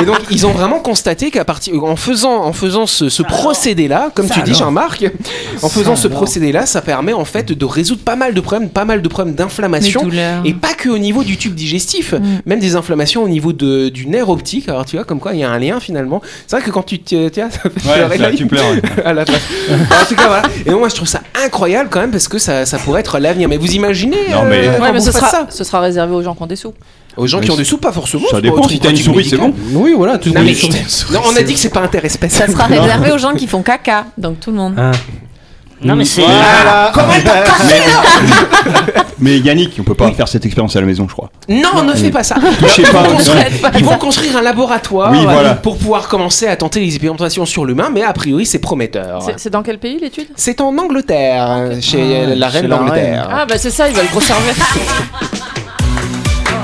[SPEAKER 2] Et donc ils ont vraiment constaté qu'à partir en faisant en faisant ce, ce procédé là, comme tu dis Jean-Marc, en faisant ce procédé là, ça permet en fait de résoudre pas mal de problèmes, pas mal de problèmes d'inflammation et pas que au niveau du tube digestif,
[SPEAKER 3] Mm.
[SPEAKER 2] même des inflammations au niveau de, du nerf optique. Alors tu vois comme quoi il y a un lien finalement. C'est vrai que quand tu te- tiens, [laughs] ça fait
[SPEAKER 5] Ouais,
[SPEAKER 2] pleurer
[SPEAKER 5] là,
[SPEAKER 2] la-
[SPEAKER 5] tu pleures. ouais.
[SPEAKER 2] [laughs] à la place. En tout cas voilà. Et donc, moi je trouve ça incroyable quand même parce que ça, ça pourrait être l'avenir. Mais vous imaginez
[SPEAKER 5] Non, mais-
[SPEAKER 2] euh,
[SPEAKER 3] Ouais,
[SPEAKER 2] quand
[SPEAKER 3] mais
[SPEAKER 2] vous
[SPEAKER 3] ce
[SPEAKER 2] faites
[SPEAKER 3] sera,
[SPEAKER 2] ça
[SPEAKER 3] ce sera réservé aux gens qui ont des sous.
[SPEAKER 2] aux gens
[SPEAKER 5] Mais
[SPEAKER 2] qui ont des sous pas forcément.
[SPEAKER 5] Ça
[SPEAKER 2] c'est pas
[SPEAKER 5] dépend,
[SPEAKER 2] autre-
[SPEAKER 5] si t'as une
[SPEAKER 2] quand tu
[SPEAKER 5] souris, c'est
[SPEAKER 2] médicales.
[SPEAKER 5] bon.
[SPEAKER 7] Oui, voilà, tout
[SPEAKER 2] Non, mais-
[SPEAKER 7] souris.
[SPEAKER 2] non, on a dit que c'est pas interespèce.
[SPEAKER 9] Ça sera réservé aux gens qui font caca, donc tout le monde.
[SPEAKER 7] Ah.
[SPEAKER 4] Non, mais c'est.
[SPEAKER 5] [laughs] Mais Yannick, on peut pas faire cette expérience à la maison, je crois.
[SPEAKER 2] Non, ne fais pas ça.
[SPEAKER 5] Touchez
[SPEAKER 2] Ils vont
[SPEAKER 5] pas.
[SPEAKER 2] construire- Ils vont construire un laboratoire euh,
[SPEAKER 5] Oui, voilà.
[SPEAKER 2] pour pouvoir commencer à tenter les expérimentations sur l'humain, mais a priori c'est prometteur.
[SPEAKER 3] C'est- C'est dans quel pays l'étude
[SPEAKER 2] C'est en Angleterre, chez
[SPEAKER 6] Ah,
[SPEAKER 2] la
[SPEAKER 6] chez
[SPEAKER 2] reine
[SPEAKER 6] la
[SPEAKER 2] d'Angleterre.
[SPEAKER 3] Ah bah c'est ça, ils veulent conserver.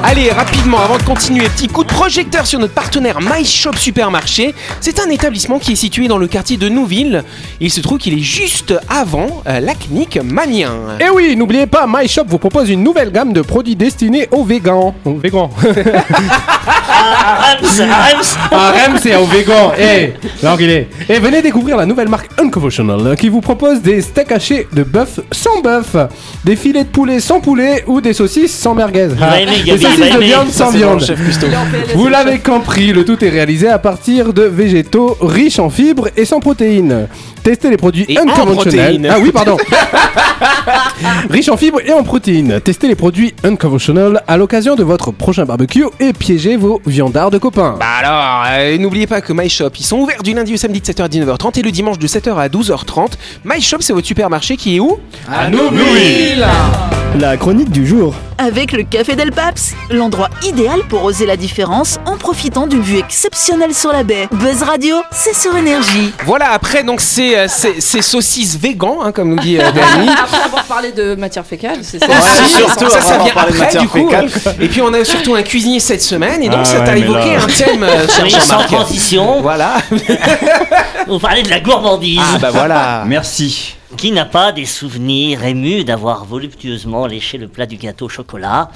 [SPEAKER 2] Allez, rapidement, avant de continuer, petit coup de projecteur sur notre partenaire My Shop Supermarché. C'est un établissement qui est situé dans le quartier de Nouville. Il se trouve qu'il est juste avant euh, la clinique Manien.
[SPEAKER 7] Et Eh oui, n'oubliez pas, MyShop vous propose une nouvelle gamme de produits destinés aux végans. Aux végans.
[SPEAKER 4] Ah, Rems, Rems.
[SPEAKER 7] Ah, Rem, c'est au végan. Eh, là il est. Et venez découvrir la nouvelle marque Unconventional euh, qui vous propose des steaks hachés de bœuf sans bœuf, des filets de poulet sans poulet ou des saucisses sans merguez.
[SPEAKER 4] va aimer,
[SPEAKER 7] des
[SPEAKER 4] Gabi, il va
[SPEAKER 7] saucisses de
[SPEAKER 4] aimer.
[SPEAKER 7] viande
[SPEAKER 6] Ça,
[SPEAKER 7] sans
[SPEAKER 6] c'est dans le
[SPEAKER 7] viande.
[SPEAKER 6] chef custo.
[SPEAKER 7] Vous l'avez compris, le tout est réalisé à partir de végétaux riches en fibres et sans protéines. Testez les produits
[SPEAKER 2] Et en
[SPEAKER 7] unconventionnels.
[SPEAKER 2] protéines.
[SPEAKER 7] Ah oui, pardon. [laughs] riches en fibres et en protéines. Testez les produits unconventional à l'occasion de votre prochain barbecue et piégez vos viandards de copains.
[SPEAKER 2] Bah alors, euh, n'oubliez pas que My Shop, ils sont ouverts du lundi au samedi de 7h à 19h30 et le dimanche de 7h à 12h30. My Shop, c'est votre supermarché qui est où
[SPEAKER 5] À Nouville
[SPEAKER 8] La chronique du jour.
[SPEAKER 1] Avec le Café Del Paps, l'endroit idéal pour oser la différence en profitant d'une vue exceptionnelle sur la baie. Buzz Radio, c'est sur énergie.
[SPEAKER 2] Voilà, après, donc, c'est euh, c'est- c'est saucisses végan, hein, comme nous dit euh, Dani.
[SPEAKER 3] [laughs] Après avoir parlé de matière fécale, c'est ça.
[SPEAKER 2] Aussi, [laughs]
[SPEAKER 6] surtout,
[SPEAKER 2] ça, ça
[SPEAKER 6] on va
[SPEAKER 2] vient
[SPEAKER 6] parler de
[SPEAKER 2] après,
[SPEAKER 6] matière
[SPEAKER 2] du coup.
[SPEAKER 6] fécale,
[SPEAKER 2] euh, Et puis on a surtout un cuisinier cette semaine, et donc
[SPEAKER 5] Ah
[SPEAKER 2] ça
[SPEAKER 5] ouais,
[SPEAKER 2] t'a
[SPEAKER 5] mais
[SPEAKER 2] évoqué
[SPEAKER 5] là-
[SPEAKER 2] un thème, euh, cher
[SPEAKER 4] Oui, sans
[SPEAKER 2] Jean-Marc.
[SPEAKER 4] transition,
[SPEAKER 2] Voilà.
[SPEAKER 4] vous parlez de la gourmandise.
[SPEAKER 2] Ah bah voilà.
[SPEAKER 5] Merci.
[SPEAKER 4] Qui n'a pas des souvenirs émus d'avoir voluptueusement léché le plat du gâteau au chocolat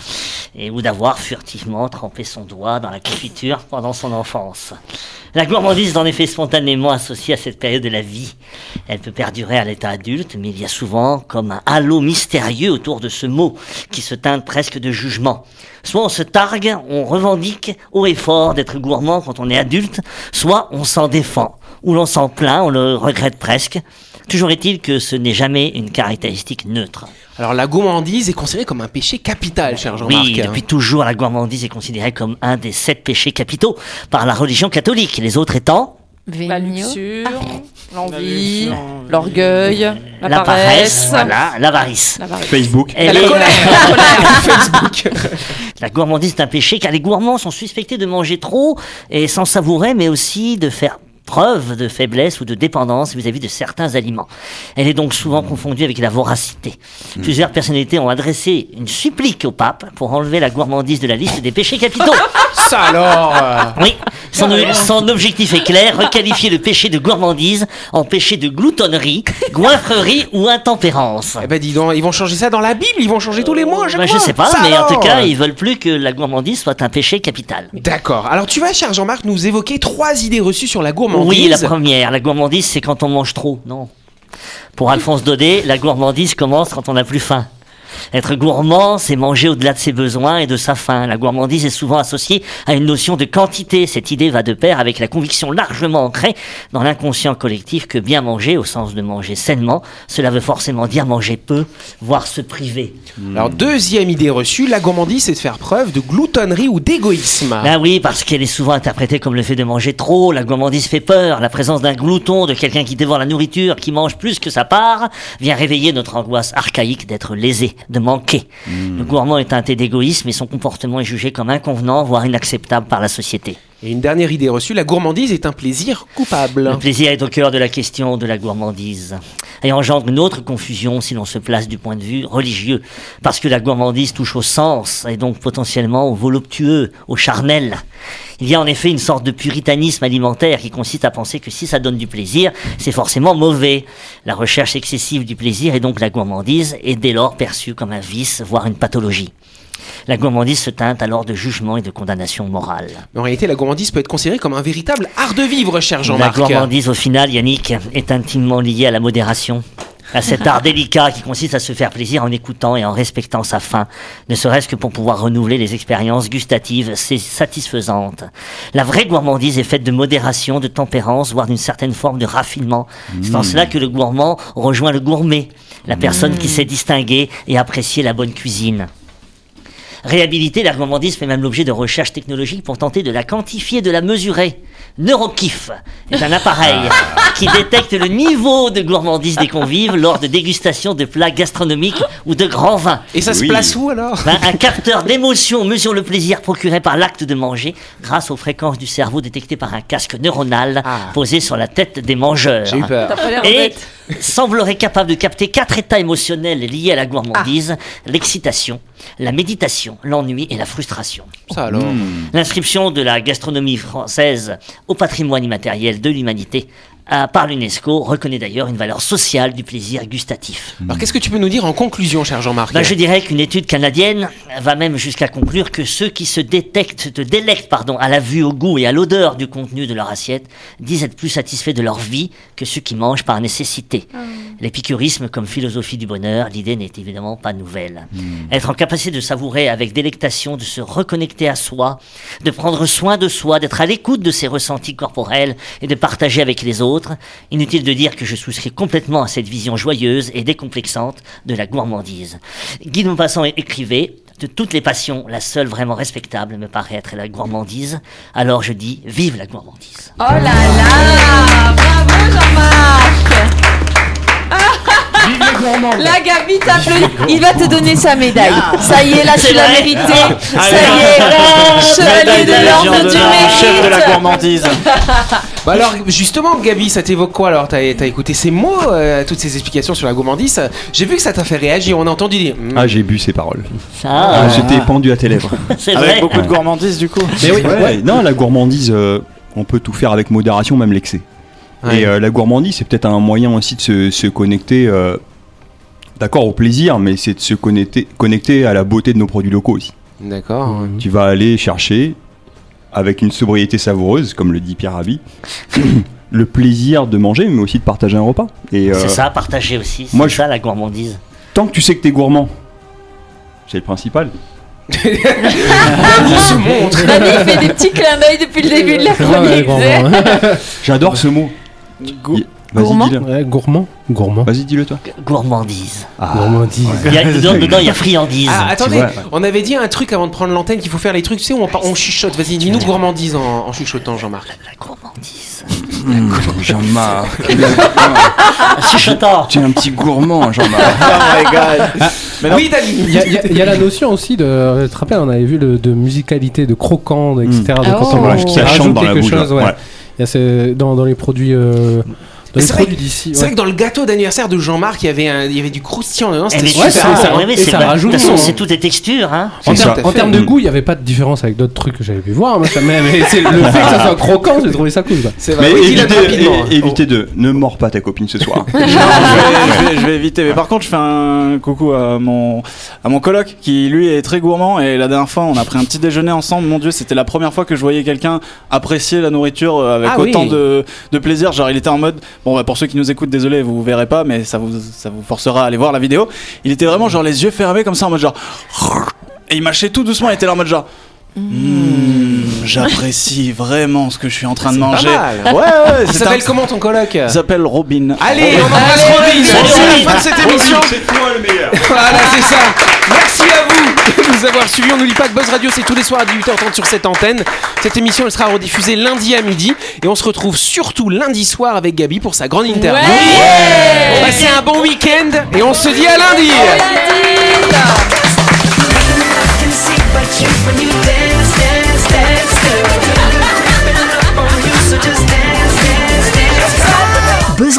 [SPEAKER 4] et ou d'avoir furtivement trempé son doigt dans la confiture pendant son enfance La gourmandise est en effet spontanément associée à cette période de la vie. Elle peut perdurer à l'état adulte, mais il y a souvent comme un halo mystérieux autour de ce mot qui se teinte presque de jugement. Soit on se targue, on revendique haut et fort d'être gourmand quand on est adulte, soit on s'en défend, ou l'on s'en plaint, on le regrette presque. Toujours est-il que ce n'est jamais une caractéristique neutre.
[SPEAKER 2] Alors la gourmandise est considérée comme un péché capital, cher Jean-Marc.
[SPEAKER 4] Oui, depuis toujours, la gourmandise est considérée comme un des sept péchés capitaux par la religion catholique, les autres étant
[SPEAKER 3] La
[SPEAKER 9] Vénio.
[SPEAKER 3] luxure, l'envie, l'orgueil, la,
[SPEAKER 4] la paresse,
[SPEAKER 3] paresse.
[SPEAKER 4] voilà, l'avarice.
[SPEAKER 3] La paresse.
[SPEAKER 5] Facebook.
[SPEAKER 4] Elle
[SPEAKER 2] La
[SPEAKER 4] est-
[SPEAKER 2] colère. Facebook.
[SPEAKER 4] La gourmandise est un péché car les gourmands sont suspectés de manger trop et sans savourer, mais aussi de faire preuve de faiblesse ou de dépendance vis-à-vis de certains aliments. Elle est donc souvent
[SPEAKER 2] Mmh.
[SPEAKER 4] confondue avec la voracité. Plusieurs personnalités ont adressé une supplique au pape pour enlever la gourmandise de la liste des
[SPEAKER 2] [laughs]
[SPEAKER 4] péchés capitaux.
[SPEAKER 2] Ça alors. euh,
[SPEAKER 4] Oui, son, son objectif est clair, requalifier le péché de gourmandise en péché de gloutonnerie, goinfrerie ou intempérance.
[SPEAKER 2] Eh ben dis donc, ils vont changer ça dans la Bible, ils vont changer tous les mois à chaque
[SPEAKER 4] Bah, je
[SPEAKER 2] fois.
[SPEAKER 4] sais pas,
[SPEAKER 2] Ça
[SPEAKER 4] mais en
[SPEAKER 2] alors. euh,
[SPEAKER 4] tout cas, ils veulent plus que la gourmandise soit un péché capital.
[SPEAKER 2] D'accord. Alors tu vas, cher Jean-Marc, nous évoquer trois idées reçues sur la gourmandise.
[SPEAKER 4] Oui, la première, la gourmandise, c'est quand on mange trop, non Pour Alphonse Daudet, la gourmandise commence quand on n'a plus faim. Être gourmand, c'est manger au-delà de ses besoins et de sa faim. La gourmandise est souvent associée à une notion de quantité. Cette idée va de pair avec la conviction largement ancrée dans l'inconscient collectif que bien manger, au sens de manger sainement, cela veut forcément dire manger peu, voire se priver.
[SPEAKER 2] Alors
[SPEAKER 4] Hmm.
[SPEAKER 2] deuxième idée reçue, la gourmandise, c'est de faire preuve de gloutonnerie ou d'égoïsme.
[SPEAKER 4] Ben oui, parce qu'elle est souvent interprétée comme le fait de manger trop, la gourmandise fait peur, la présence d'un glouton, de quelqu'un qui dévore la nourriture, qui mange plus que sa part, vient réveiller notre angoisse archaïque d'être lésé, de manquer. Le gourmand est teinté d'égoïsme et son comportement est jugé comme inconvenant, voire inacceptable par la société.
[SPEAKER 2] Et une dernière idée reçue, la gourmandise est un plaisir coupable.
[SPEAKER 4] Le plaisir est au cœur de la question de la gourmandise et engendre une autre confusion si l'on se place du point de vue religieux, parce que la gourmandise touche au sens et donc potentiellement au voluptueux, au charnel. Il y a en effet une sorte de puritanisme alimentaire qui consiste à penser que si ça donne du plaisir, c'est forcément mauvais. La recherche excessive du plaisir et donc la gourmandise est dès lors perçue comme un vice, voire une pathologie. La gourmandise se teinte alors de jugement et de condamnation morale.
[SPEAKER 2] Mais en réalité, la gourmandise peut être considérée comme un véritable art de vivre, cher
[SPEAKER 4] La
[SPEAKER 2] Jean-Marc.
[SPEAKER 4] gourmandise, au final, Yannick, est intimement liée à la modération, à
[SPEAKER 2] [laughs]
[SPEAKER 4] cet art délicat qui consiste à se faire plaisir en écoutant et en respectant sa faim, ne serait-ce que pour pouvoir renouveler les expériences gustatives sais- satisfaisantes. La vraie gourmandise est faite de modération, de tempérance, voire d'une certaine forme de raffinement. C'est en
[SPEAKER 2] Hmm.
[SPEAKER 4] cela que le gourmand rejoint le gourmet, la personne
[SPEAKER 2] Hmm.
[SPEAKER 4] qui sait distinguer et apprécier la bonne cuisine. Réhabiliter la gourmandise fait même l'objet de recherches technologiques pour tenter de la quantifier, de la mesurer. Neurokiff est un appareil
[SPEAKER 2] Ah.
[SPEAKER 4] qui détecte le niveau de gourmandise des convives lors de dégustations de plats gastronomiques ou de grands vins.
[SPEAKER 2] Et ça se
[SPEAKER 5] Oui.
[SPEAKER 2] place où alors
[SPEAKER 4] Ben, un capteur d'émotion mesure le plaisir procuré par l'acte de manger grâce aux fréquences du cerveau détectées par un casque neuronal
[SPEAKER 2] Ah.
[SPEAKER 4] posé sur la tête des mangeurs.
[SPEAKER 2] J'ai eu peur.
[SPEAKER 4] [laughs]
[SPEAKER 3] T'as pas l'air
[SPEAKER 4] Et
[SPEAKER 3] bête.
[SPEAKER 4] semblerait capable de capter quatre états émotionnels liés à la gourmandise l'excitation, la méditation, l'ennui et la frustration.
[SPEAKER 2] Ça alors.
[SPEAKER 5] Hmm.
[SPEAKER 4] L'inscription de la gastronomie française au patrimoine immatériel de l'humanité à- par l'UNESCO reconnaît d'ailleurs une valeur sociale du plaisir gustatif.
[SPEAKER 2] Alors qu'est-ce que tu peux nous dire en conclusion, cher Jean-Marc
[SPEAKER 4] Ben, je dirais qu'une étude canadienne va même jusqu'à conclure que ceux qui se détectent, te délectent pardon, à la vue, au goût et à l'odeur du contenu de leur assiette disent être plus satisfaits de leur vie que ceux qui mangent par nécessité. L'épicurisme comme philosophie du bonheur, l'idée n'est évidemment pas nouvelle. Être en capacité de savourer avec délectation, de se reconnecter à soi, de prendre soin de soi, d'être à l'écoute de ses ressentis corporels et de partager avec les autres. Inutile de dire que je souscris complètement à cette vision joyeuse et décomplexante de la gourmandise. Guy de Maupassant écrivait De toutes les passions, la seule vraiment respectable me paraît être la gourmandise. Alors je dis Vive la gourmandise
[SPEAKER 9] Oh là là Bravo Jean-Marc
[SPEAKER 5] Vive les gourmands
[SPEAKER 9] La Gabi t'applaudit. Il va te donner sa médaille. Ça y est, là tu
[SPEAKER 4] C'est
[SPEAKER 9] l'as
[SPEAKER 4] vrai
[SPEAKER 9] mérité. Ça
[SPEAKER 6] Allez.
[SPEAKER 9] y est, hein. chevalier
[SPEAKER 6] Médaille
[SPEAKER 9] de
[SPEAKER 6] Légion
[SPEAKER 9] l'ordre du
[SPEAKER 6] d'honneur, Chef de la
[SPEAKER 9] mérite.
[SPEAKER 6] gourmandise.
[SPEAKER 2] Bah alors justement Gabi, ça t'évoque quoi alors T'as t'as écouté ces mots, euh, toutes ces explications sur la gourmandise ça- J'ai vu que ça t'a fait réagir, on a entendu dire... hmm.
[SPEAKER 5] Ah, j'ai bu ces paroles. Ah,
[SPEAKER 4] Ça,
[SPEAKER 5] J'étais pendu à tes lèvres.
[SPEAKER 4] c'est vrai.
[SPEAKER 6] Avec beaucoup de gourmandise du coup.
[SPEAKER 5] [laughs] Mais oui, non, la gourmandise, euh, on peut tout faire avec modération, même l'excès.
[SPEAKER 2] Ouais.
[SPEAKER 5] Et euh, la gourmandise, c'est peut-être un moyen aussi de se, se connecter, euh, d'accord, au plaisir, mais c'est de se connecter, connecter à la beauté de nos produits locaux aussi.
[SPEAKER 2] D'accord.
[SPEAKER 5] Mmh. Tu vas aller chercher, avec une sobriété savoureuse, comme le dit Pierre Rabhi, [clears throat] le plaisir de manger, mais aussi de partager un repas. Et euh,
[SPEAKER 4] C'est ça, partager aussi. C'est
[SPEAKER 5] moi, je-
[SPEAKER 4] ça la gourmandise.
[SPEAKER 5] tant que tu sais que t'es gourmand, c'est le principal.
[SPEAKER 2] se montre
[SPEAKER 9] Gabi il fait des petits clins d'œil depuis le début de
[SPEAKER 7] [laughs]
[SPEAKER 9] la
[SPEAKER 7] Ouais,
[SPEAKER 9] chronique.
[SPEAKER 7] gourmand, hein.
[SPEAKER 5] J'adore ce mot. Y-
[SPEAKER 9] Gourmand
[SPEAKER 5] Vas-y, dis-le.
[SPEAKER 7] Ouais, gourmand, gourmand.
[SPEAKER 5] Vas-y, dis-le toi.
[SPEAKER 4] Gourmandise.
[SPEAKER 5] Ah.
[SPEAKER 7] Gourmandise.
[SPEAKER 4] Il y a, dedans, dedans, il y a friandise.
[SPEAKER 2] Ah, attendez,
[SPEAKER 5] vois.
[SPEAKER 2] on avait dit un truc avant de prendre l'antenne qu'il faut faire les trucs, tu sais, où on, par- on chuchote. Vas-y, dis-nous gourmandise en, en chuchotant, Jean-Marc.
[SPEAKER 4] La gourmandise.
[SPEAKER 5] Mmh, [laughs] Jean-Marc,
[SPEAKER 4] Chuchotant.
[SPEAKER 5] tu es un petit gourmand, Jean-Marc.
[SPEAKER 6] Oh
[SPEAKER 2] Oui, Dani
[SPEAKER 7] Il y, a- il y a- il y a la notion aussi de. Tu te rappelles, on avait vu le, de musicalité, de croquant, etc. De
[SPEAKER 9] Ah
[SPEAKER 7] quand on
[SPEAKER 9] oh.
[SPEAKER 7] mange,
[SPEAKER 5] Hmm. Ouais,
[SPEAKER 7] qui
[SPEAKER 5] ça chante
[SPEAKER 7] rajoute
[SPEAKER 5] dans la
[SPEAKER 7] quelque
[SPEAKER 5] bouche, là.
[SPEAKER 7] chose. ouais.
[SPEAKER 5] Ouais.
[SPEAKER 7] Il y a ce- dans, dans les produits. euh, dans les
[SPEAKER 2] c'est vrai
[SPEAKER 7] produits d'ici.
[SPEAKER 2] C'est
[SPEAKER 7] ouais.
[SPEAKER 2] vrai que dans le gâteau d'anniversaire de Jean-Marc, il y avait un- il y avait du croustillant dedans.
[SPEAKER 4] Eh,
[SPEAKER 2] C'était
[SPEAKER 4] mais
[SPEAKER 2] super
[SPEAKER 7] c'est-
[SPEAKER 2] bon.
[SPEAKER 4] ça,
[SPEAKER 7] ça- et ça rajoute,
[SPEAKER 4] De toute façon,
[SPEAKER 7] hein.
[SPEAKER 4] c'est toutes les textures. Hein.
[SPEAKER 7] En,
[SPEAKER 5] C'est
[SPEAKER 7] termes-
[SPEAKER 5] ça.
[SPEAKER 7] en termes de
[SPEAKER 5] Mm.
[SPEAKER 7] goût, il n'y avait pas de différence avec d'autres trucs que j'avais pu voir. Moi, ça m'a- mais c'est
[SPEAKER 5] [laughs]
[SPEAKER 7] le fait que ça soit croquant, j'ai trouvé ça cool. quoi.
[SPEAKER 2] C'est
[SPEAKER 5] Mais
[SPEAKER 2] vrai. Oui, dis-le
[SPEAKER 5] évitez,
[SPEAKER 2] rapidement.
[SPEAKER 5] é- évitez de. Ne mords pas ta copine ce [laughs] soir.
[SPEAKER 6] [laughs] je, vais, je vais éviter. Mais par contre, je fais un coucou à mon, à mon coloc qui, lui, est très gourmand. Et la dernière fois, on a pris un petit déjeuner ensemble. Mon Dieu, c'était la première fois que je voyais quelqu'un apprécier la nourriture euh, avec
[SPEAKER 2] Ah oui.
[SPEAKER 6] autant de, de plaisir. Genre, il était en mode. Bon, bah, pour ceux qui nous écoutent, désolé, vous verrez pas, mais ça vous, ça vous forcera à aller voir la vidéo. Il était vraiment, genre, les yeux fermés, comme ça, en mode genre. Et il mâchait tout doucement. Il était là en mode genre.
[SPEAKER 2] Mmh.
[SPEAKER 6] Hmm, J'apprécie vraiment ce que je suis en train de manger.
[SPEAKER 2] mal.
[SPEAKER 6] Ouais, ouais,
[SPEAKER 2] Il
[SPEAKER 6] c'est
[SPEAKER 2] s'appelle
[SPEAKER 6] un-
[SPEAKER 2] comment ton coloc
[SPEAKER 6] il s'appelle Robin.
[SPEAKER 2] Allez, on embrasse Robin.
[SPEAKER 4] Robin.
[SPEAKER 2] C'est la fin de cette émission.
[SPEAKER 5] toi le meilleur.
[SPEAKER 2] Voilà, c'est ça. Merci à vous de nous avoir suivis. On n'oublie pas que Buzz Radio, c'est tous les soirs à 18h30 sur cette antenne. Cette émission, elle sera rediffusée lundi à midi. Et on se retrouve surtout lundi soir avec Gabi pour sa grande interview. Passez un bon week-end et on se dit à lundi.
[SPEAKER 1] Buzz